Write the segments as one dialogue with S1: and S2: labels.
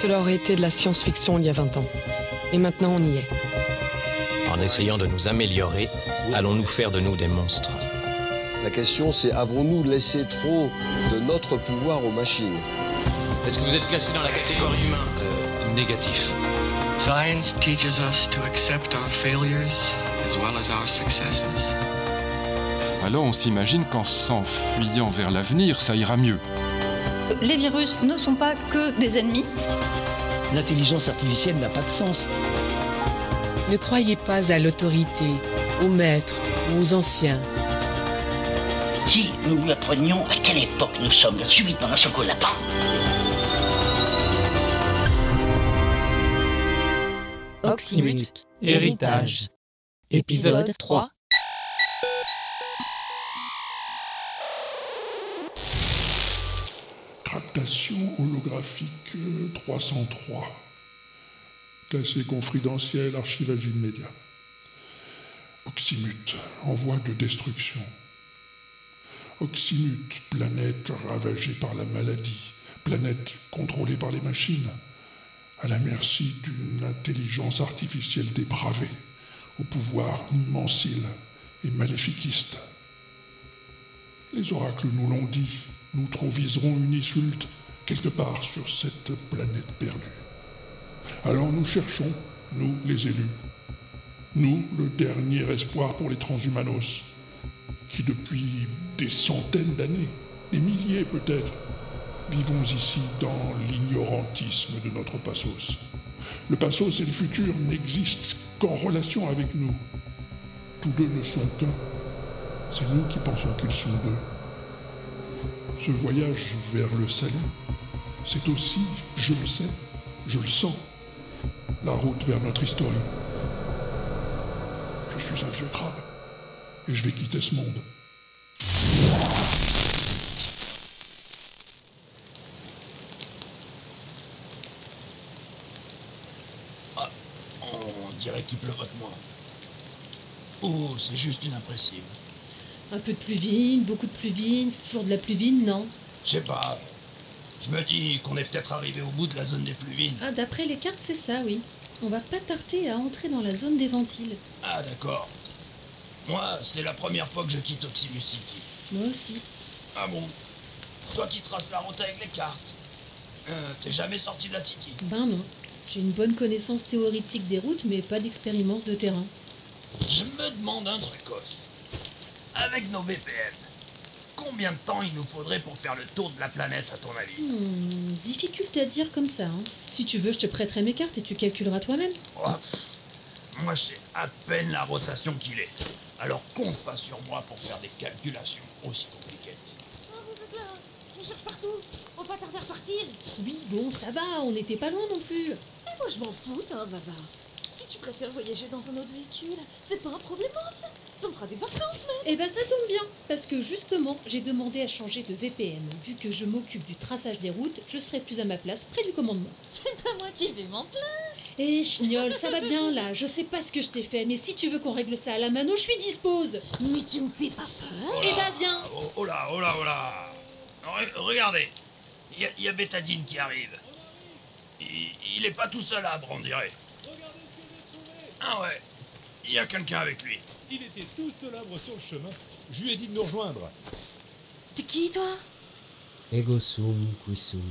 S1: cela aurait été de la science-fiction il y a 20 ans. Et maintenant, on y est.
S2: En essayant de nous améliorer, allons-nous faire de nous des monstres
S3: La question c'est avons-nous laissé trop de notre pouvoir aux machines
S4: Est-ce que vous êtes classé dans la catégorie humain
S5: Euh,
S6: Négatif.
S5: Science teaches us to accept our failures as well as our successes.
S6: Alors on s'imagine qu'en s'enfuyant vers l'avenir, ça ira mieux.
S7: Les virus ne sont pas que des ennemis.
S8: L'intelligence artificielle n'a pas de sens.
S9: Ne croyez pas à l'autorité, aux maîtres, aux anciens.
S10: Si nous lui apprenions à quelle époque nous sommes, subitement à ce qu'on n'a pas.
S11: Oxymute, héritage. Épisode 3.
S12: Tractation holographique euh, 303. Classé confidentiel, archivage immédiat. Oxymute, en voie de destruction. Oxymute, planète ravagée par la maladie, planète contrôlée par les machines à la merci d'une intelligence artificielle dépravée, au pouvoir immensile et maléfiquiste. Les oracles nous l'ont dit, nous trouviserons une insulte quelque part sur cette planète perdue. Alors nous cherchons, nous les élus, nous le dernier espoir pour les transhumanos, qui depuis des centaines d'années, des milliers peut-être, Vivons ici dans l'ignorantisme de notre passos. Le passos et le futur n'existent qu'en relation avec nous. Tous deux ne sont qu'un. C'est nous qui pensons qu'ils sont deux. Ce voyage vers le salut, c'est aussi, je le sais, je le sens, la route vers notre historie. Je suis un vieux crabe et je vais quitter ce monde.
S13: dirait qu'il pleut hautement. Oh, c'est juste inimpressible.
S14: Un peu de pluvine, beaucoup de pluvine, c'est toujours de la pluvine, non
S13: Je sais pas. Je me dis qu'on est peut-être arrivé au bout de la zone des pluvines.
S14: Ah, d'après les cartes, c'est ça, oui. On va pas tarder à entrer dans la zone des ventiles.
S13: Ah, d'accord. Moi, c'est la première fois que je quitte Oxymus City.
S14: Moi aussi.
S13: Ah bon Toi qui traces la route avec les cartes. Euh, T'es jamais sorti de la city
S14: Ben non. J'ai une bonne connaissance théorique des routes, mais pas d'expérience de terrain.
S13: Je me demande un truc, Os. Avec nos VPN, combien de temps il nous faudrait pour faire le tour de la planète, à ton avis
S14: hmm, Difficulté à dire comme ça. Hein. Si tu veux, je te prêterai mes cartes et tu calculeras toi-même.
S13: Oh, moi, je sais à peine la rotation qu'il est. Alors compte pas sur moi pour faire des calculations aussi compliquées.
S15: Oh, vous êtes là Je cherche partout On va tarder à repartir
S14: Oui, bon, ça va, on n'était pas loin non plus
S15: moi, je m'en fous, hein, bavard. Si tu préfères voyager dans un autre véhicule, c'est pas un problème, hein, ça. Ça me fera des vacances, même.
S14: Eh ben, ça tombe bien, parce que justement, j'ai demandé à changer de VPN. Vu que je m'occupe du traçage des routes, je serai plus à ma place près du commandement.
S15: C'est pas moi qui vais m'en plaindre.
S14: Eh, chignol, ça va bien, là. Je sais pas ce que je t'ai fait, mais si tu veux qu'on règle ça à la mano, je suis dispose.
S15: Mais tu me fais pas peur.
S14: Oh eh ben, viens.
S13: Oh, oh, là, oh là, oh là. Re regardez, il y, y a Bétadine qui arrive. Il, il est pas tout seul à on dirait.
S16: Regardez ce que j'ai trouvé
S13: Ah ouais, il y a quelqu'un avec lui.
S16: Il était tout seul à sur le chemin. Je lui ai dit de nous rejoindre.
S15: T'es qui, toi
S17: Ego sum quisum.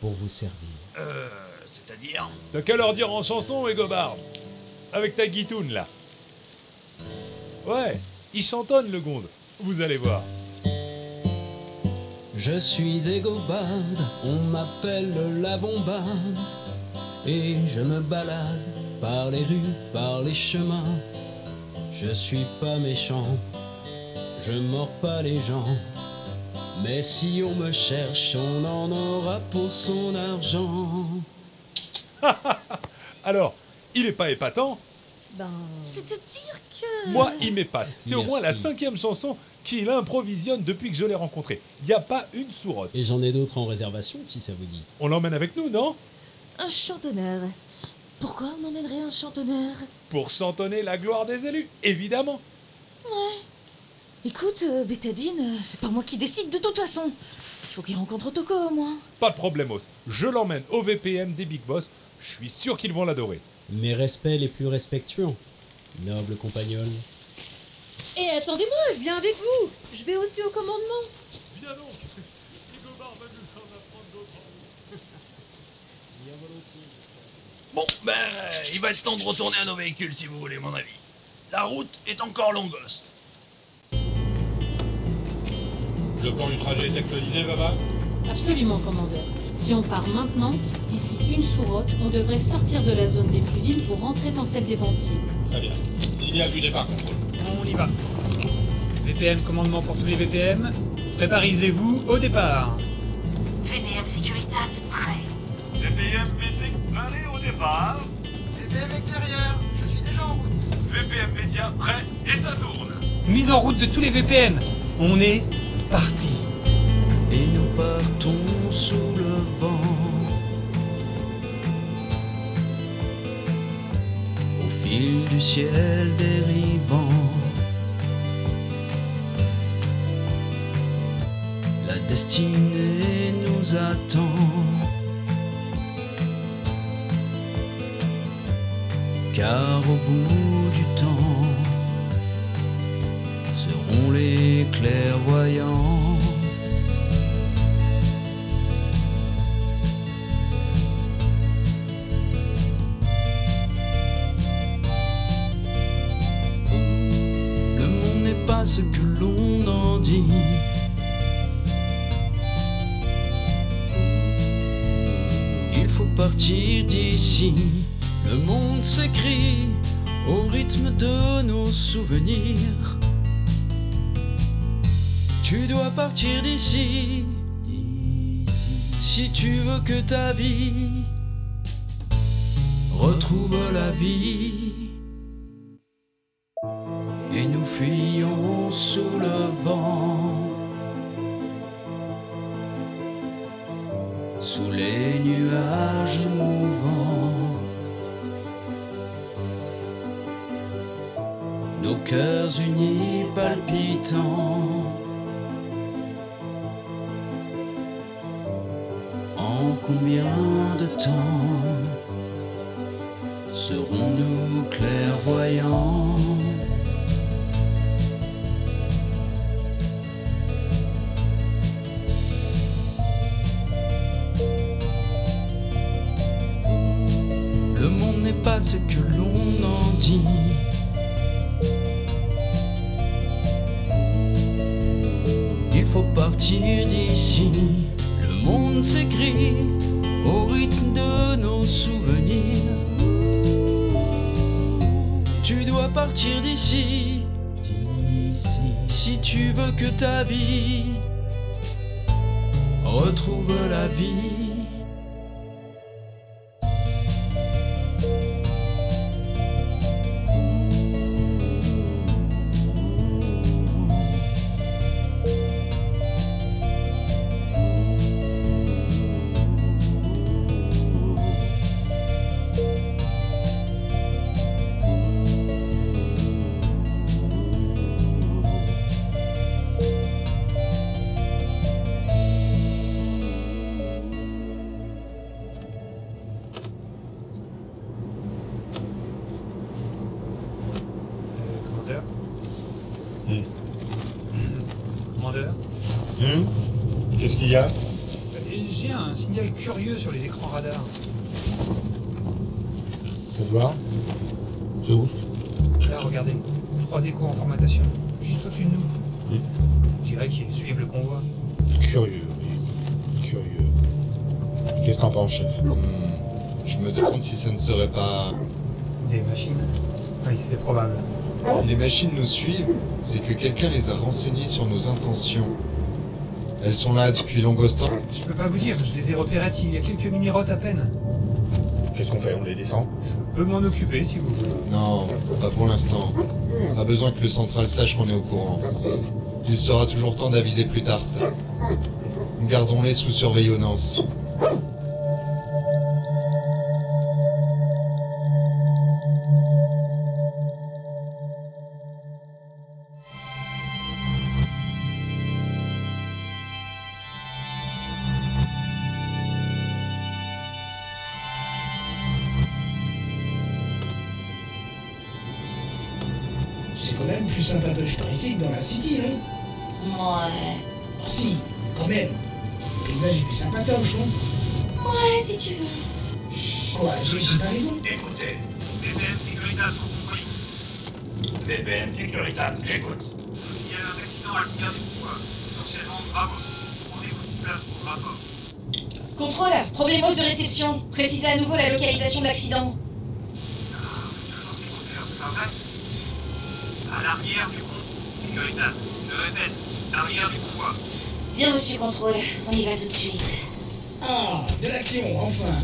S17: Pour vous servir.
S13: Euh, c'est-à-dire
S16: T'as qu'à leur dire en chanson, Egobar. Avec ta guitoune, là. Ouais, il chantonne, le gonde. Vous allez voir.
S17: Je suis égobarde, on m'appelle la bombarde, et je me balade par les rues, par les chemins. Je suis pas méchant, je mords pas les gens, mais si on me cherche, on en aura pour son argent.
S16: Alors, il est pas épatant
S14: Ben.
S15: C'est-à-dire que.
S16: Moi, il m'épate. C'est au moins la cinquième chanson qu'il improvisionne depuis que je l'ai rencontré. Il n'y a pas une sourotte.
S17: Et j'en ai d'autres en réservation, si ça vous dit.
S16: On l'emmène avec nous, non
S15: Un chantonneur. Pourquoi on emmènerait un chantonneur
S16: Pour chantonner la gloire des élus, évidemment.
S15: Ouais. Écoute, euh, Bétadine, euh, c'est pas moi qui décide de toute façon.
S18: Il faut qu'il rencontre Toko au moins.
S16: Pas de problème, os. Je l'emmène au VPM des Big Boss. Je suis sûr qu'ils vont l'adorer.
S19: Mes respects les plus respectueux, noble compagnonne.
S14: Et Eh, attendez-moi, je viens avec vous. Je vais aussi au commandement.
S20: Viens donc Rigobard va nous en apprendre d'autres en nous.
S13: Bon, ben, euh, il va être temps de retourner à nos véhicules si vous voulez mon avis. La route est encore longue, gosse.
S5: Le plan du trajet est actualisé, Baba
S14: Absolument, commandeur. Si on part maintenant, d'ici une sous-route, on devrait sortir de la zone des plus vives pour rentrer dans celle des ventiers.
S5: Très bien. Signal du départ, contrôle.
S21: On y va. VPM commandement pour tous les VPM. Préparisez-vous au départ.
S15: VPM Sécuritas, prêt.
S20: VPM Médic, allez au départ.
S22: VPM extérieur, je suis déjà en route.
S20: VPM Média, prêt et ça tourne.
S21: Mise en route de tous les VPM. On est parti.
S17: Et nous partons sous le vent. Au fil du ciel dérivant. La destinée nous attend. Car au bout du temps seront les clairvoyants. Le monde n'est pas ce que l'on en dit. Il faut partir d'ici. Le monde s'écrit au rythme de nos souvenirs. Tu dois partir d'ici. Si tu veux que ta vie retrouve la vie. Et nous fuyons sous le vent. Sous les nuages mouvants. Nos cœurs unis palpitants. En combien de temps serons-nous clairvoyants Le monde n'est pas ce que l'on en dit. Il faut partir d'ici. Le monde s'écrit au rythme de nos souvenirs. Tu dois partir d'ici. Si tu veux que ta vie retrouve la vie.
S21: Commandeur Commandeur
S5: Hum Qu'est-ce qu'il y a
S21: J'ai un signal curieux sur les écrans radars.
S5: Faut voir. C'est ouf.
S21: Là, regardez. Trois échos en formatation. Juste au-dessus de nous. Je dirais qu'ils suivent le convoi.
S5: Curieux, oui. Curieux. Qu'est-ce que t'en penses, chef
S3: Je me demande si ça ne serait pas.
S21: Des machines Oui, c'est probable.
S3: Les machines nous suivent, c'est que quelqu'un les a renseignées sur nos intentions. Elles sont là depuis longtemps.
S21: Je peux pas vous dire, je les ai repérés il y a quelques mini-rotes à peine.
S5: Qu'est-ce qu'on fait On les descend
S21: Je peux m'en occuper si vous voulez.
S3: Non, pas pour l'instant. Pas besoin que le central sache qu'on est au courant. Il sera toujours temps d'aviser plus tard. Gardons-les sous surveillance.
S9: quand même plus sympatoche par ici que dans la city, hein
S15: Ouais.
S9: Ah si, quand même. Le paysage est plus sympatoche, non
S15: Ouais, si tu veux.
S9: Quoi, j'ai j'ai pas raison
S13: Écoutez, BBM Securitas, vous compris BBM Securitas, j'écoute.
S20: S'il y a un résident à l'univers du pouvoir, forcément Bravos, rendez-vous une place pour rapport.
S15: Contrôle, problemos de réception. Précisez à nouveau la localisation de l'accident.
S20: Toujours ces compteurs, c'est pas vrai À l'arrière du pont, Securitas. Je répète, l'arrière du pouvoir.
S15: Bien reçu, contrôle. On y va tout de suite.
S9: Ah, de l'action, enfin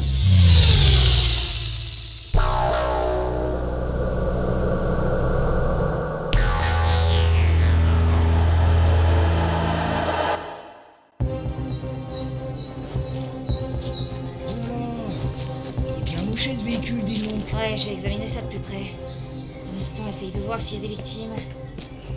S9: Il est bien mouché ce véhicule, dis donc.
S15: Ouais, j'ai examiné ça de plus près. Pour l'instant, essaye de voir s'il y a des victimes.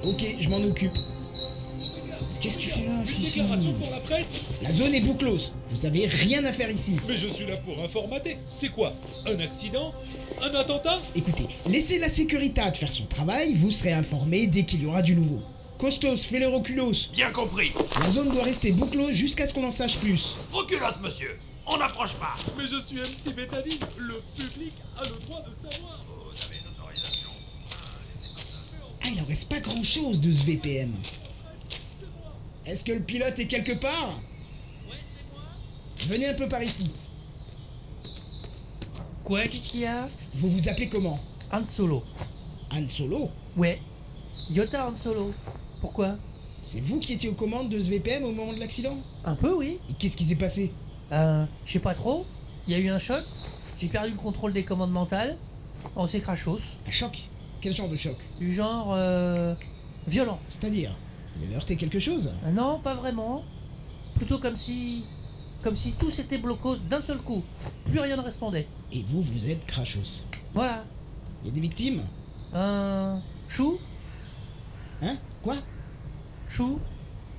S9: Ok, je m'en occupe.
S2: Ah,
S9: Qu'est-ce que tu fais là, Fifi
S2: la presse
S9: La zone est bouclose. Vous avez rien à faire ici.
S2: Mais je suis là pour informater. C'est quoi Un accident Un attentat
S9: Écoutez, laissez la Securitate faire son travail, vous serez informé dès qu'il y aura du nouveau. Costos, fais le reculos.
S13: Bien compris.
S9: La zone doit rester bouclose jusqu'à ce qu'on en sache plus.
S13: Reculos, monsieur. On n'approche pas.
S2: Mais je suis MC Bétadine. Le public a le droit de savoir.
S20: Oh,
S13: Vous avez une autorisation. Ah, laissez pas ça.
S9: Ah, il en reste pas grand chose de ce VPM. Est-ce que le pilote est quelque part
S23: Ouais, c'est moi.
S9: Venez un peu par ici.
S23: Quoi Qu'est-ce qu'il y a
S9: Vous vous appelez comment
S23: Han Solo.
S9: Han Solo
S23: Ouais. Yota Han Solo. Pourquoi
S9: C'est vous qui étiez aux commandes de ce VPM au moment de l'accident
S23: Un peu, oui.
S9: Et qu'est-ce qui s'est passé
S23: Euh, je sais pas trop. Il y a eu un choc. J'ai perdu le contrôle des commandes mentales. On s'est crachos.
S9: Un choc Quel genre de choc
S23: Du genre. euh, violent.
S9: C'est-à-dire Vous avez heurté quelque chose
S23: Ah Non, pas vraiment. Plutôt comme si. Comme si tout s'était blocos d'un seul coup. Plus rien ne répondait.
S9: Et vous, vous êtes crachos.
S23: Voilà.
S9: Il y a des victimes
S23: Un. Chou
S9: Hein Quoi
S23: Chou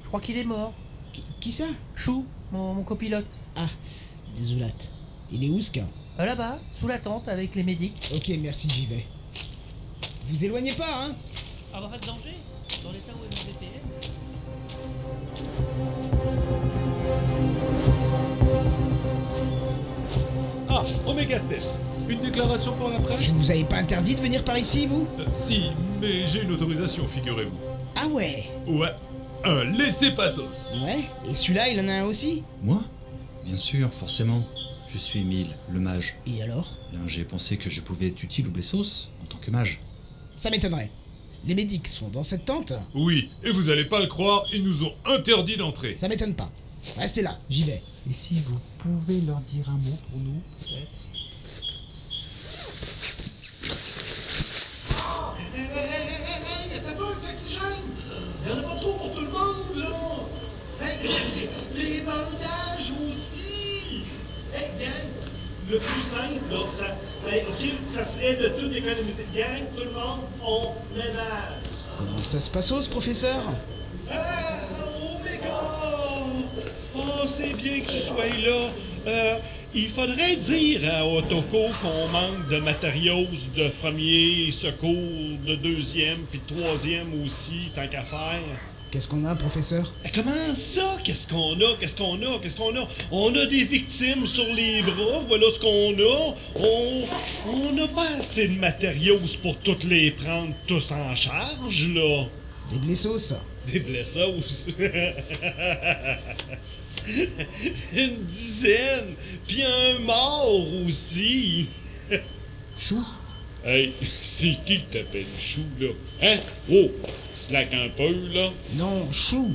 S23: Je crois qu'il est mort.
S9: qui, qui ça
S23: Chou, mon, mon copilote.
S9: Ah, désolate. Il est où ce gars
S23: Euh, Là-bas, sous la tente avec les médics.
S9: Ok, merci, j'y vais. Vous éloignez pas, hein
S23: Avoir un danger Dans l'état où est mon VPN
S16: Ah, Oméga 7. Une déclaration pour la presse
S9: Je vous avais pas interdit de venir par ici, vous
S16: Euh, Si, mais j'ai une autorisation, figurez-vous.
S9: Ah ouais
S16: Ouais, un laissez-passos.
S9: Ouais Et celui-là, il en a un aussi
S4: Moi Bien sûr, forcément. Je suis Emile, le mage.
S9: Et alors
S4: Bien, j'ai pensé que je pouvais être utile ou Bessos en tant que mage.
S9: Ça m'étonnerait. Les médics sont dans cette tente
S16: Oui, et vous allez pas le croire, ils nous ont interdit d'entrer.
S9: Ça m'étonne pas. Restez là, j'y vais.
S4: Et si vous pouvez leur dire un mot pour nous,
S20: Hé, hé, hé, hé, hé, t'as eh, pas avec l'oxygène Il y en a pas trop pour tout le monde, là Hé, les, les bandages aussi Hé, gang, le plus simple, là, ça, ben, ok, ça serait de tout économiser. Gang, tout le monde, on ménage
S9: Comment ça se passe, ce professeur
S20: Ah, Oméga Oh, c'est bien que tu sois là. Euh, il faudrait dire à Otoko qu'on manque de matériaux de premier secours, de deuxième, puis de troisième aussi, tant qu'à faire.
S9: Qu'est-ce qu'on a, professeur
S20: Eh, Comment ça? Qu'est-ce qu'on a? Qu'est-ce qu'on a? Qu'est-ce qu'on a? On a des victimes sur les bras, voilà ce qu'on a. On on n'a pas assez de matériaux pour toutes les prendre tous en charge, là.
S9: Des blessos
S20: Des blessos. Une dizaine, puis un mort aussi.
S9: Chou
S20: Hey, c'est qui que t'appelles Chou, là? Hein? Oh, slack un peu, là.
S9: Non, Chou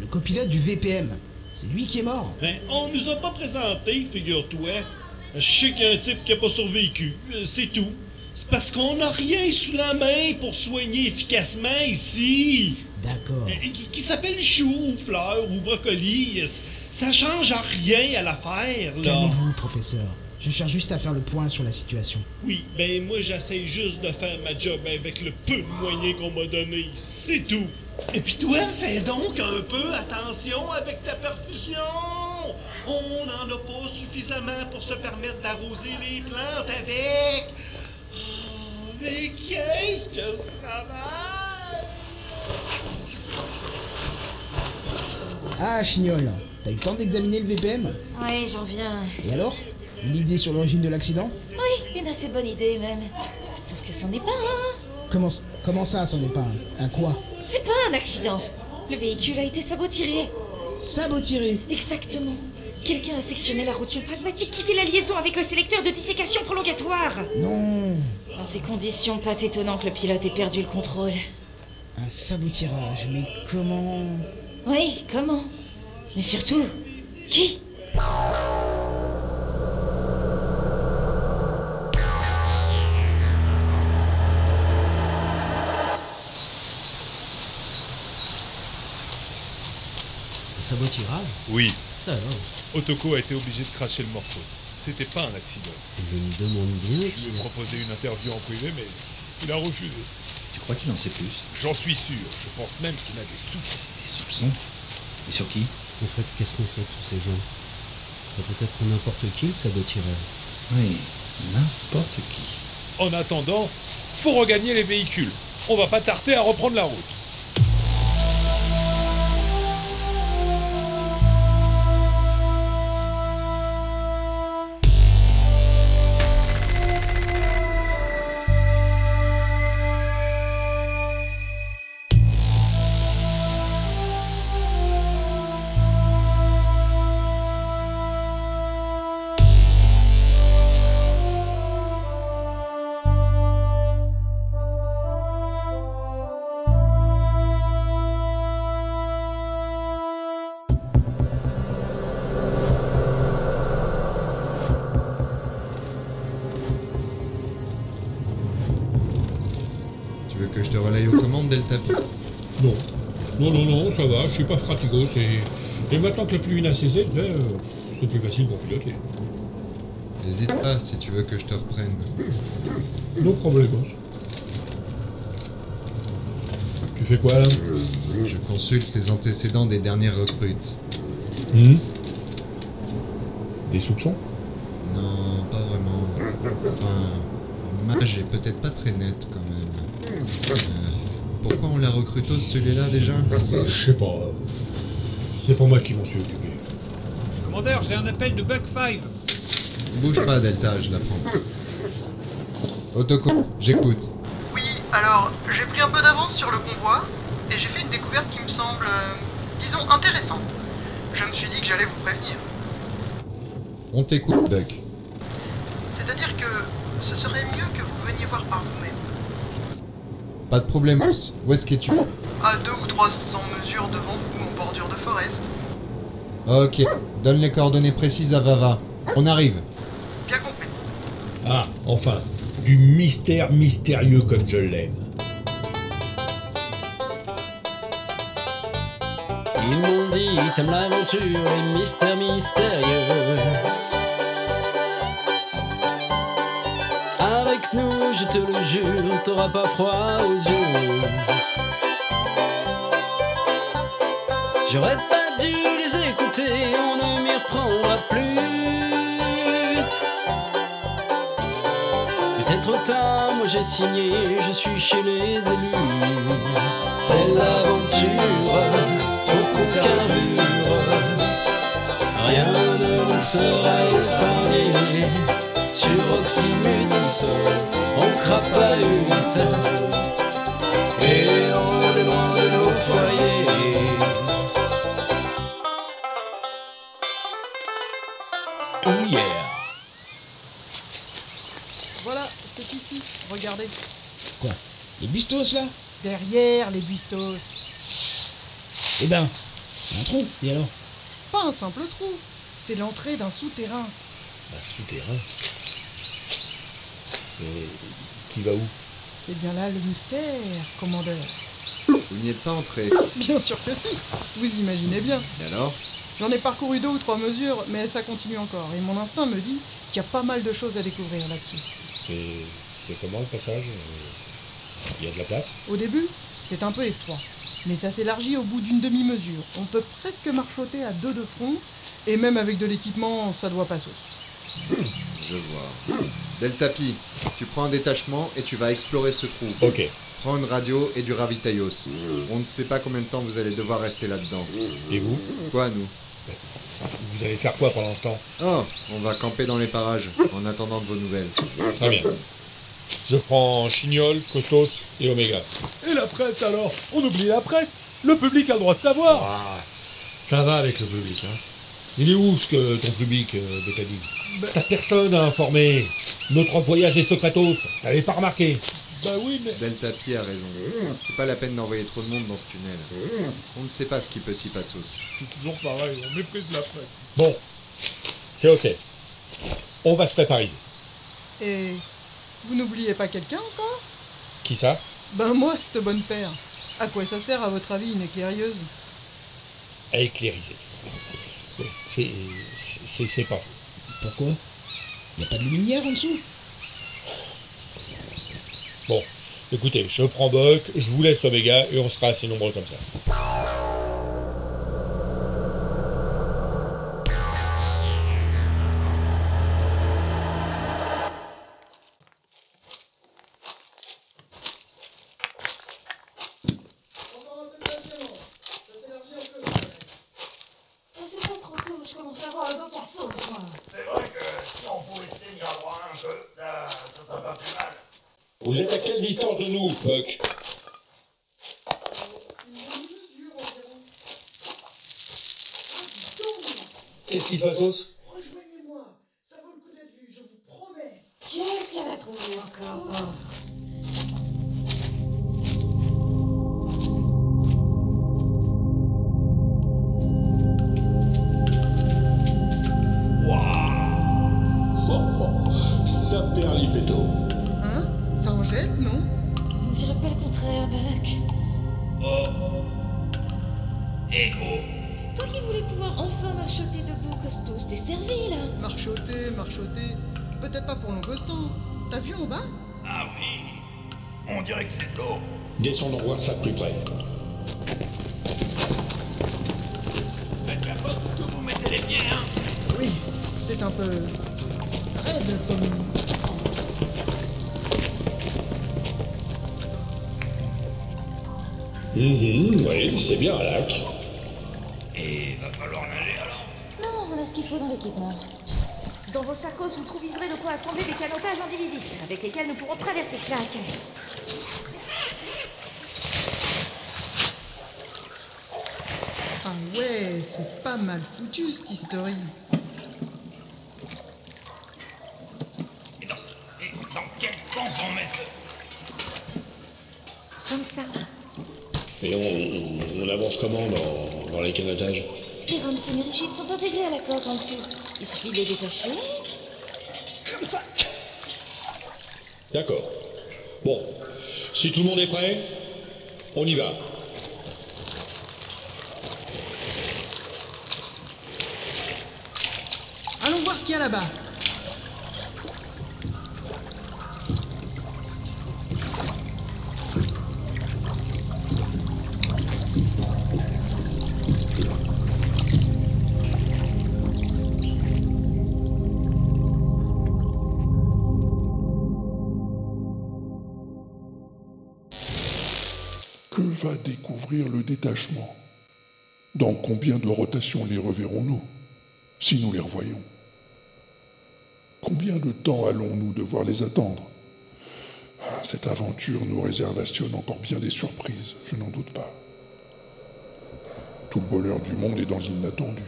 S9: Le copilote du VPM. C'est lui qui est mort.
S20: Hein, on nous a pas présenté, figure-toi. Je sais qu'il y a un type qui a pas survécu, euh, c'est tout. C'est parce qu'on n'a rien sous la main pour soigner efficacement ici.
S9: D'accord.
S20: Euh, Qui, qui s'appelle chou, fleur ou brocoli, c- ça change à rien à l'affaire, là.
S9: Calmez-vous, professeur. Je cherche juste à faire le point sur la situation.
S20: Oui, ben moi j'essaie juste de faire ma job avec le peu de moyens qu'on m'a donné, c'est tout. Et puis toi, fais donc un peu attention avec ta perfusion. On n'en a pas suffisamment pour se permettre d'arroser les Ah, plantes avec. Oh, mais qu'est-ce que ce travail
S9: Ah, Chignol, t'as eu le temps d'examiner le VPM
S15: Ouais, j'en viens.
S9: Et alors Une idée sur l'origine de l'accident
S15: Oui, une assez bonne idée même. Sauf que c'en est pas hein. un.
S9: comment, c- comment ça, c'en est pas un Un quoi
S15: C'est pas un accident. Le véhicule a été sabotiré.
S9: Sabotiré
S15: Exactement. Quelqu'un a sectionné la roture pragmatique qui fait la liaison avec le sélecteur de dissécation prolongatoire.
S9: Non
S15: Dans ces conditions, pas étonnant que le pilote ait perdu le contrôle.
S9: Un sabotirage, mais comment
S15: Oui, comment Mais surtout, qui
S20: Sabotirage
S16: Oui.
S20: Ça alors.
S16: Otoko a été obligé de cracher le morceau. C'était pas un accident.
S20: Je me demande bien.
S16: Je lui ai proposé une interview en privé, mais il a refusé.
S12: Tu crois qu'il en sait plus
S16: J'en suis sûr. Je pense même qu'il a des soupçons.
S12: Des soupçons Et sur qui
S20: En fait, qu'est-ce qu'on sait de tous ces gens Ça peut être n'importe qui le sabotirage.
S12: Oui, n'importe qui.
S16: En attendant, faut regagner les véhicules. On va pas tarder à reprendre la route.
S3: Tu veux que je te relaye aux commandes dès le tapis
S5: Non. Non, non, non, ça va, je suis pas fratigo, c'est... Et maintenant que la pluie n'a cessé, ben, euh, c'est plus facile pour piloter.
S3: N'hésite pas si tu veux que je te reprenne.
S5: No problemos. Tu fais quoi là
S3: Je consulte les antécédents des dernières recrutes.
S5: Hmm. Des soupçons
S3: Non, pas vraiment. Enfin, l'image est peut-être pas très nette quand même. Euh, pourquoi on la recrutose celui-là déjà
S5: Je sais pas. C'est pas moi qui m'en suis occupé.
S24: Commandeur, j'ai un appel de Bug 5.
S3: Bouge pas, Delta, je la prends. Autoco, j'écoute.
S25: Alors, j'ai pris un peu d'avance sur le convoi et j'ai fait une découverte qui me semble, euh, disons, intéressante. Je me suis dit que j'allais vous prévenir.
S3: On t'écoute, Buck.
S25: C'est-à-dire que ce serait mieux que vous veniez voir par vous-même.
S3: Pas de problème, Mousse. Où est-ce que tu
S25: À deux ou trois cents mesures devant vous en bordure de forêt.
S3: Ok, donne les coordonnées précises à Vava. On arrive.
S25: Bien compris.
S5: Ah, enfin, du mystère mystérieux comme je l'aime.
S17: Ils m'ont dit t'aimes l'aventure et mystère mystérieux. Avec nous, je te le jure, t'auras pas froid aux yeux. J'aurais pas dû les écouter, on ne m'y reprendra plus. Mais c'est trop tard, moi j'ai signé, je suis chez les élus. C'est l'aventure, trop qu'on carbure. Rien ne nous sera épargné. Sur Oxymute, on crapahute. Et on est loin de nos foyers. Oh yeah!
S26: Voilà, c'est ici. Regardez.
S9: Quoi Les bustos, là
S26: Derrière les buistos.
S9: Eh ben, c'est un trou, et alors
S26: Pas un simple trou. C'est l'entrée d'un souterrain.
S20: Un souterrain
S5: Euh,
S20: Mais qui va où
S26: C'est bien là le mystère, commandeur.
S3: Vous n'y êtes pas entré.
S26: Bien sûr que si. Vous imaginez bien.
S3: Et alors
S26: J'en ai parcouru deux ou trois mesures, mais ça continue encore. Et mon instinct me dit qu'il y a pas mal de choses à découvrir là-dessus.
S5: C'est... c'est comment le passage Il y a de la place
S26: Au début, c'est un peu étroit. Mais ça s'élargit au bout d'une demi-mesure. On peut presque marchoter à deux de front. Et même avec de l'équipement, ça doit pas sauce.
S3: Je vois. Delta Pi, tu prends un détachement et tu vas explorer ce trou.
S5: Ok.
S3: Prendre radio et du ravitaillos. On ne sait pas combien de temps vous allez devoir rester là-dedans.
S5: Et vous
S3: Quoi, nous
S5: Vous allez faire quoi pendant ce temps
S3: Oh, on va camper dans les parages, en attendant de vos nouvelles.
S5: Très bien. Je prends Chignol, Costos et Oméga.
S16: Et la presse alors On oublie la presse Le public a le droit de savoir
S5: Ah, ça va avec le public, hein. Il est où ce que ton public, euh, Bécadine
S9: Ben.
S5: T'as personne à informer. Notre voyage est secretos. T'avais pas remarqué
S16: Bah oui, mais...
S3: Delta Pi a raison. C'est pas la peine d'envoyer trop de monde dans ce tunnel. On ne sait pas ce qui peut s'y passer.
S16: C'est toujours pareil, on méprise la presse.
S5: Bon, c'est ok. On va se préparer.
S26: Et vous n'oubliez pas quelqu'un encore
S5: Qui ça
S26: Ben moi, cette bonne paire. À quoi ça sert à votre avis une éclairieuse
S5: À éclairiser. C'est... c'est... c'est pas...
S9: Pourquoi Y a pas de lumière en dessous
S5: Bon, écoutez, je prends Buck, je vous laisse Omega et on sera assez nombreux comme ça.
S15: Mais c'est pas trop tôt, je commence à avoir le dos cassé au soir.
S20: C'est vrai que si on pouvait se tenir loin un peu, ça, ça serait pas plus mal.
S5: Vous êtes à quelle distance de nous, Buck Qu'est-ce qui se passe, Os
S20: Rejoignez-moi, ça vaut le coup d'être vu, je vous promets.
S15: Qu'est-ce qu'elle a trouvé encore
S5: Oh, Ça perd l'ipéto.
S26: Hein Ça en jette, non
S15: On dirait pas le contraire, Buck.
S20: Oh Eh oh
S15: Toi qui voulais pouvoir enfin marchoter debout, Costos, t'es servi là.
S26: Marchoter, marchoter. Peut-être pas pour Longostan. T'as vu en bas
S20: Ah oui On dirait que c'est de l'eau.
S5: Descendons voir ça de plus près.
S20: Faites la force que vous mettez les pieds, hein
S26: Oui, c'est un peu. raide comme.
S5: Mhm, oui, c'est bien un lac.
S20: Et va falloir nager alors.
S15: Non, on a ce qu'il faut dans l'équipement. Dans vos sacos, vous trouviserez de quoi assembler des canotages individuistes avec lesquels nous pourrons traverser ce lac.
S26: Ah ouais, c'est pas mal foutu cette historie.
S20: Et dans, et dans quel sens on met ce...
S15: Comme ça.
S5: Et on, on- on avance comment dans, dans les canotages
S15: Les rames semi-rigides sont intégrées à la coque en dessous. Il suffit de les détacher. Comme ça.
S5: D'accord. Bon, si tout le monde est prêt, on y va.
S26: Allons voir ce qu'il y a là-bas.
S12: Que va découvrir le détachement Dans combien de rotations les reverrons-nous Si nous les revoyons Combien de temps allons-nous devoir les attendre Ah, Cette aventure nous réservationne encore bien des surprises, je n'en doute pas. Tout le bonheur du monde est dans l'inattendu.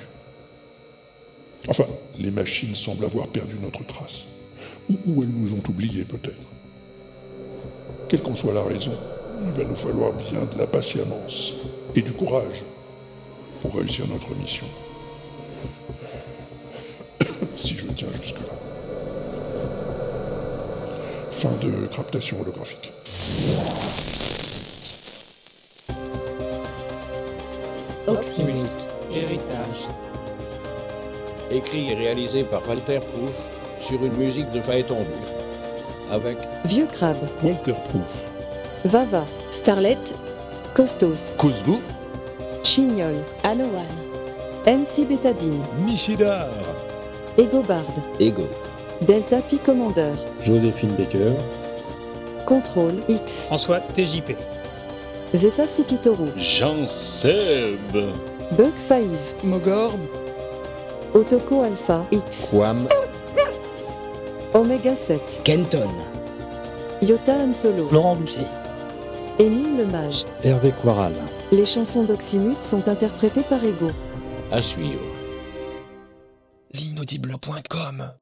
S12: Enfin, les machines semblent avoir perdu notre trace. Ou, ou elles nous ont oubliés peut-être. Quelle qu'en soit la raison, il va nous falloir bien de la patience et du courage pour réussir notre mission. si je tiens jusque-là. Fin de captation holographique.
S11: Oxymute. Héritage.
S7: Écrit et réalisé par Walter Proof sur une musique de Phaéton Avec
S8: Vieux crabe,
S7: Walter Proof.
S8: Vava, Starlet, Costos,
S27: Kouzbou,
S8: Chignol, Anoan, MC Bétadine,
S27: Michidar,
S8: Egobard,
S27: Ego,
S8: Delta Pi Commander,
S27: Joséphine Baker,
S9: Contrôle X.
S28: François TJP.
S9: Zeta Fukitoru.
S5: Jean Seb.
S9: Bug 5.
S29: Mogor.
S9: Otoko Alpha X.
S3: Quam.
S9: Omega 7.
S3: Kenton.
S9: Yota Han Solo.
S3: Laurent Doucet.
S9: Émile le Mage.
S3: Hervé Quaral.
S9: Les chansons d'Oxymute sont interprétées par Ego.
S30: À suivre.
S31: L'inaudible.com